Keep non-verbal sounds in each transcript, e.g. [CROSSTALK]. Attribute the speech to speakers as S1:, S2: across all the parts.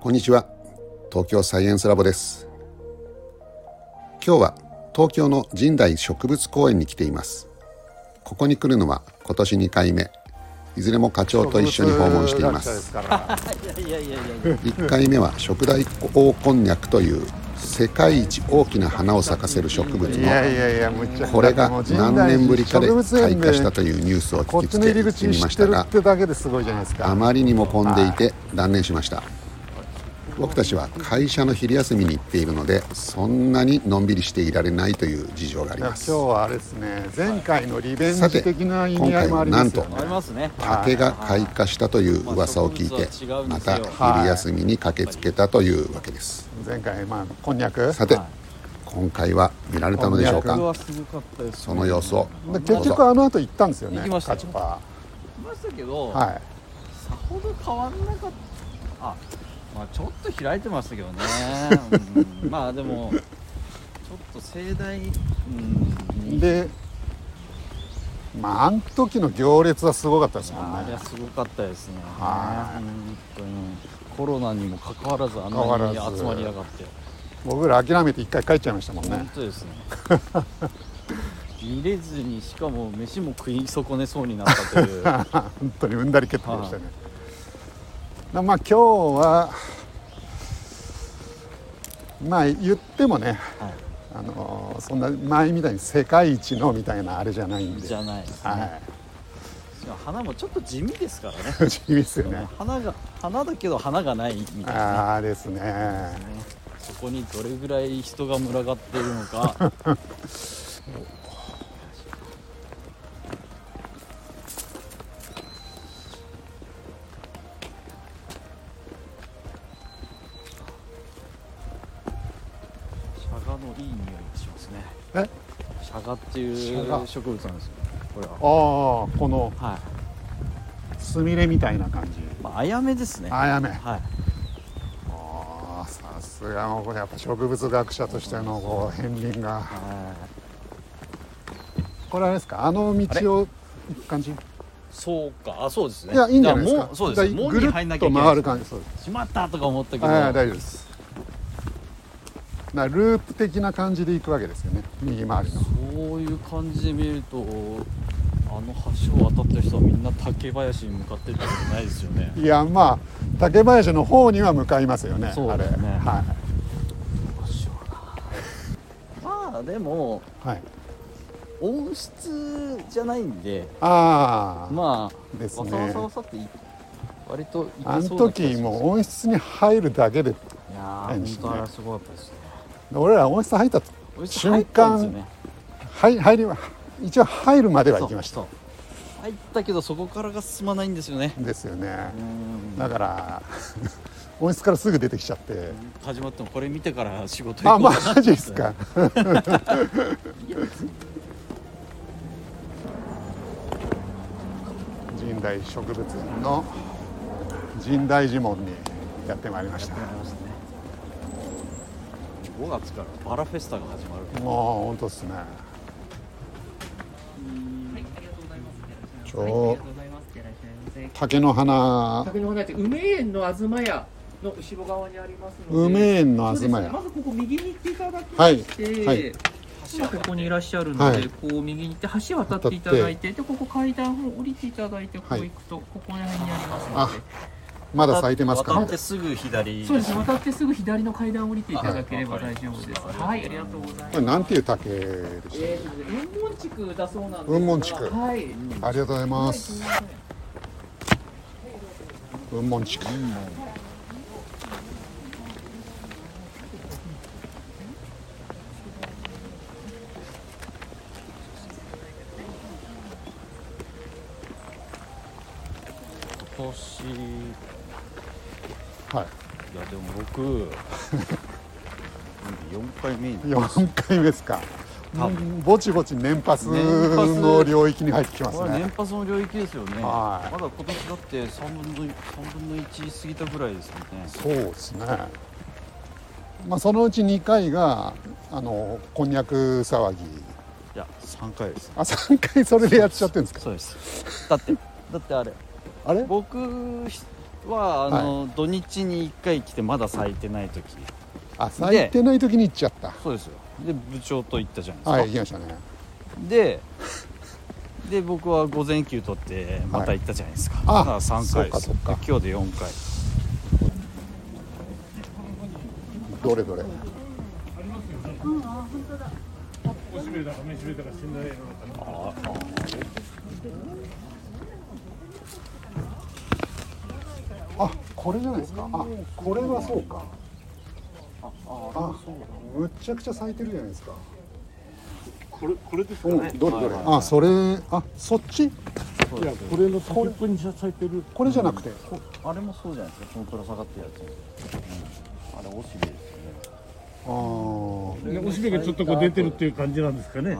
S1: こんにちは東京サイエンスラボです今日は東京の神代植物公園に来ていますここに来るのは今年2回目いずれも課長と一緒に訪問しています
S2: いやいやいや
S1: 1回目は食大黄こんにゃくという世界一大きな花を咲かせる植物
S3: いや
S1: の
S3: いやいやむちゃくちゃ
S1: これが何年ぶりかで
S3: もう神
S1: 開
S3: 代植物園で
S1: 花したというニュースを
S3: こっ
S1: 聞き
S3: ち
S1: つ
S3: の
S1: け
S3: 入り
S1: 行ってみ
S3: 口
S1: ま
S3: 知っ
S1: してた
S3: る
S1: が
S3: ってだけですごいじゃないです
S1: あ
S3: か
S1: まりにも混んでいて断念しました僕たちは会社の昼休みに行っているのでそんなにのんびりしていられないという事情があり
S3: い
S1: ま
S3: や今
S1: す
S3: 日はあれですね前回のリベン
S1: さて
S3: ジ的な意味合いもありますよね
S2: ありますね
S1: 竹が開花したという噂を聞い
S2: まあ
S1: て
S2: 植物は違うん
S1: ま
S2: です
S1: た
S2: よ
S1: 昼休みに駆けつけたというわけです
S3: 前回まあこんにゃく
S1: さて今回は見られたのでしょう
S2: 僕
S1: か
S2: はすごかったです
S1: その様子を
S3: で
S1: ど
S3: 結
S1: うぞ
S3: 局あの後行ったんですよね
S2: 行きましたよ
S3: カチパ
S2: いましたけど、
S3: ーはい
S2: さほど変わんなかったあまあちょっと開いてましたけどね、うんまあでもちょっと盛大に、うん
S3: でまああの時の行列はすごかったですもん
S2: あれ
S3: ね
S2: はすごかったですね
S3: はい
S2: 本当にコロナにもかかわらずあん
S3: か
S2: な
S3: わら
S2: に
S3: ず
S2: 集まりやがって
S3: 僕ら諦めて一回帰っちゃいましたもんね
S2: 本当ですね見れずにしかも飯も食い損ねそうになったというは
S3: 本当にうんだり蹴ったりでしたね、なまあ今日はまあ言ってもねあのそんな前みたいに世界一のみたいなあれじゃないん
S2: い
S3: で
S2: じゃないですね、
S3: は
S2: しかも花もちょっと地味ですからね
S3: い地味ですよね
S2: 花が花だけど花がないみたいな
S3: ああですね
S2: ねそこにどれぐらい人が群がっているのかシャガのいい匂いがしますね
S3: え
S2: シャガっていう
S3: シ
S2: 植
S3: ャ
S2: 物
S3: ガ
S2: なんですよこれは
S3: ああこの
S2: はい
S3: スミレみたいな感じ
S2: まああやめですねは
S3: あやめ
S2: い
S3: ああさすがのこれやっぱ植物学者としてのこう片鱗が
S2: あー
S3: これあれですかあの道を行く感じ
S2: そうかあそうですね
S3: いやいいんじゃないです
S2: や
S3: か
S2: もうそうです
S3: だら
S2: もう
S3: ぐ
S2: に
S3: る
S2: 入んな
S3: っ
S2: きゃい
S3: と
S2: けない
S3: 回る感じそうです
S2: しまったとか思ったけど、
S3: はい、大丈夫です。なループ的な感じで行くわけですよね。右回りの。
S2: そういう感じで見るとあの橋を渡ってる人はみんな竹林に向かってるってことないですよ
S3: [LAUGHS]
S2: ね
S3: いや、まあ、竹林の方には向かいますよね。
S2: そうですね
S3: あ
S2: まあでも
S3: れはい。はい。
S2: 温室じゃないんで
S3: ああ、
S2: まあ
S3: ですね
S2: わさわさわさってい割といけそう
S3: あの
S2: な気がします
S3: 時もう温室に入るだけで、
S2: いやー本当あれはすごかったですね
S3: 俺ら温室入ったと、
S2: 温室入
S3: 瞬
S2: ったんですよ
S3: 間、
S2: ね
S3: はい、入りは、一応入るまでは行きました。
S2: そうそう入ったけどそこからが進まないんですよね
S3: ですよね
S2: う。ん
S3: だから、 [LAUGHS] 温室からすぐ出てきちゃって。
S2: 始まってもこれ見てから仕事
S3: あ、
S2: 行こうかな
S3: マジですか。神代植物園の神代寺門にやってまいりました。も
S2: ありますね5月からバラフェスタが始まる
S3: う本当ですね。ち
S4: はい、あり
S3: ょ
S4: がとうございます。いらっしゃいま
S3: う竹の
S4: せ。
S3: 花
S4: 竹の花って梅園の東屋の後ろ側にありますので。
S3: 梅園の
S4: そうです
S3: 東
S4: ねま
S3: 屋。
S4: ずここ右に行っていただきま
S3: はい
S4: して、
S3: はい
S4: 今ここにいらっしゃるので、
S3: はい
S4: こう右に行って橋渡っていただいて、でここ階段を降りていただいてこう行くと、ここら辺にありますので、
S3: まだ咲いてますか
S2: 渡っ
S3: ね
S2: て。すぐ左
S4: そうですね。渡ってすぐ左の階段を降りていただければ大丈夫です。
S2: はい
S4: はい、ありがとうございます。
S3: これなんていう竹でし
S4: えーとですね雲門地区だそうなんですが。
S3: 雲門地区
S4: はい。
S3: た。ありがとうござい
S4: は
S3: ま
S4: いす
S3: す
S4: み。ません
S3: 雲門地区。
S2: 今年
S3: はい
S2: やでも僕4回目に
S3: い。四回目ですか。
S2: 多
S3: うんぼちぼち年パス
S2: 年パス
S3: の領域に入ってきます
S2: これ
S3: ね。
S2: 年パスの領域ですよね、
S3: はい
S2: まだ今年だって3分の3分の1過ぎたぐらいですよね
S3: そうですね。まあそのうち2回があのこんにゃく騒ぎ。
S2: いや3回です
S3: あ3回それでやっちゃってるんですか。
S2: そうですだってだってあれ
S3: あれ？
S2: 僕ひはあの、土日に1回来てまだ咲いてない時
S3: あ咲いてない時に行っちゃった
S2: そうですよで部長と行ったじゃないですか、
S3: はい行きましたね
S2: でで僕は午前休取ってまた行ったじゃないですか、
S3: あ
S2: だから3回です
S3: そうかそうか
S2: で今日で4回
S3: どれどれあこれじゃないですかあこれはそうかあむっちゃくちゃ咲いてるじゃないですか
S5: これこれですか
S3: うん
S5: ね、
S3: どれどれあそれあそっち
S5: いやこれの先っぽに咲いてる
S3: これじゃなくて
S2: こあれもそうじゃないですかこのぶら下がってるやつ、うん、あれおしべですよね
S3: あー
S5: ねおしべがちょっとこう出てるっていう感じなんですかね、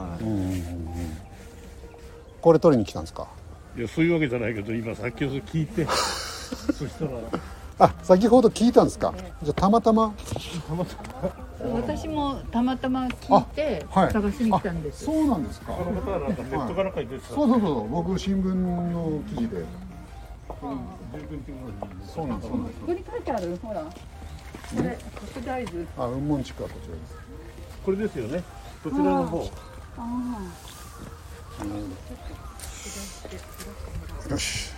S3: これ取りに来たんですか
S5: い、やそういうわけじゃないけど今先ほど聞いてそしたら
S3: あ先ほど聞いたんですかじゃあたまたま
S6: 私もたまたま聞いて
S3: あはい
S6: 探しに来たんです。
S3: そうなんですか
S5: あの方はなんかネットかなんかに出てた
S3: そうそうそう僕新聞の記事で
S5: 19日頃に
S3: そうなんですそうなんです
S6: ここに書いてあるほら。これコス大豆。
S3: あ雲門地区はこちらです
S5: これですよねこちらの方
S3: よし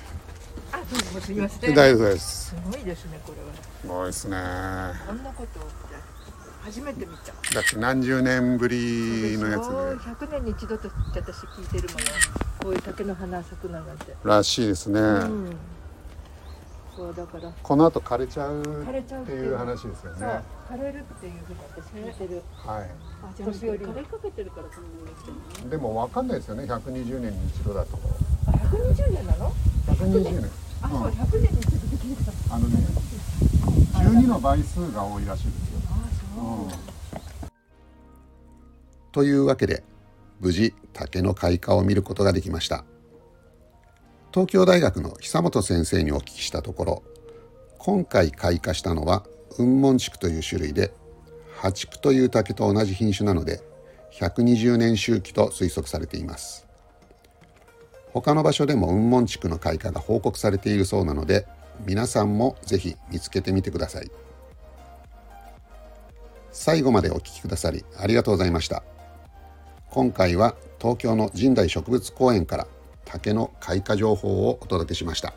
S6: あ、どうもすみませ
S3: 大
S6: ん。す
S3: 丈夫です
S6: ごいですねこれは。
S3: すごいですねだ
S6: こんなことって初めて見た。
S3: って何十年ぶりのやつで
S6: 100年に一度と私聞いてるもの。こういう竹の花咲くのなんて。
S3: らしいですね、
S6: うん。そうだから。
S3: この後枯れちゃう
S6: 枯れちゃう
S3: っていう話ですよ
S6: そ
S3: ね
S6: う、枯れるっていうふうに私聞いてる。
S3: はい
S6: 年寄りが。
S7: かけてるからこんなに来てる
S3: でもわかんないですよね120年に一度だと
S6: 120年なの？
S3: 120年
S6: あ、そう100年に一度できるから。
S3: あのね12の倍数が多いらしいですよ
S1: というわけで無事竹の開花を見ることができました東京大学の久本先生にお聞きしたところ今回開花したのは雲門竹という種類で破竹という竹と同じ品種なので120年周期と推測されています他の場所でも雲門竹の開花が報告されているそうなので皆さんもぜひ見つけてみてください最後までお聞きくださりありがとうございました今回は東京の神代植物公園から竹の開花情報をお届けしました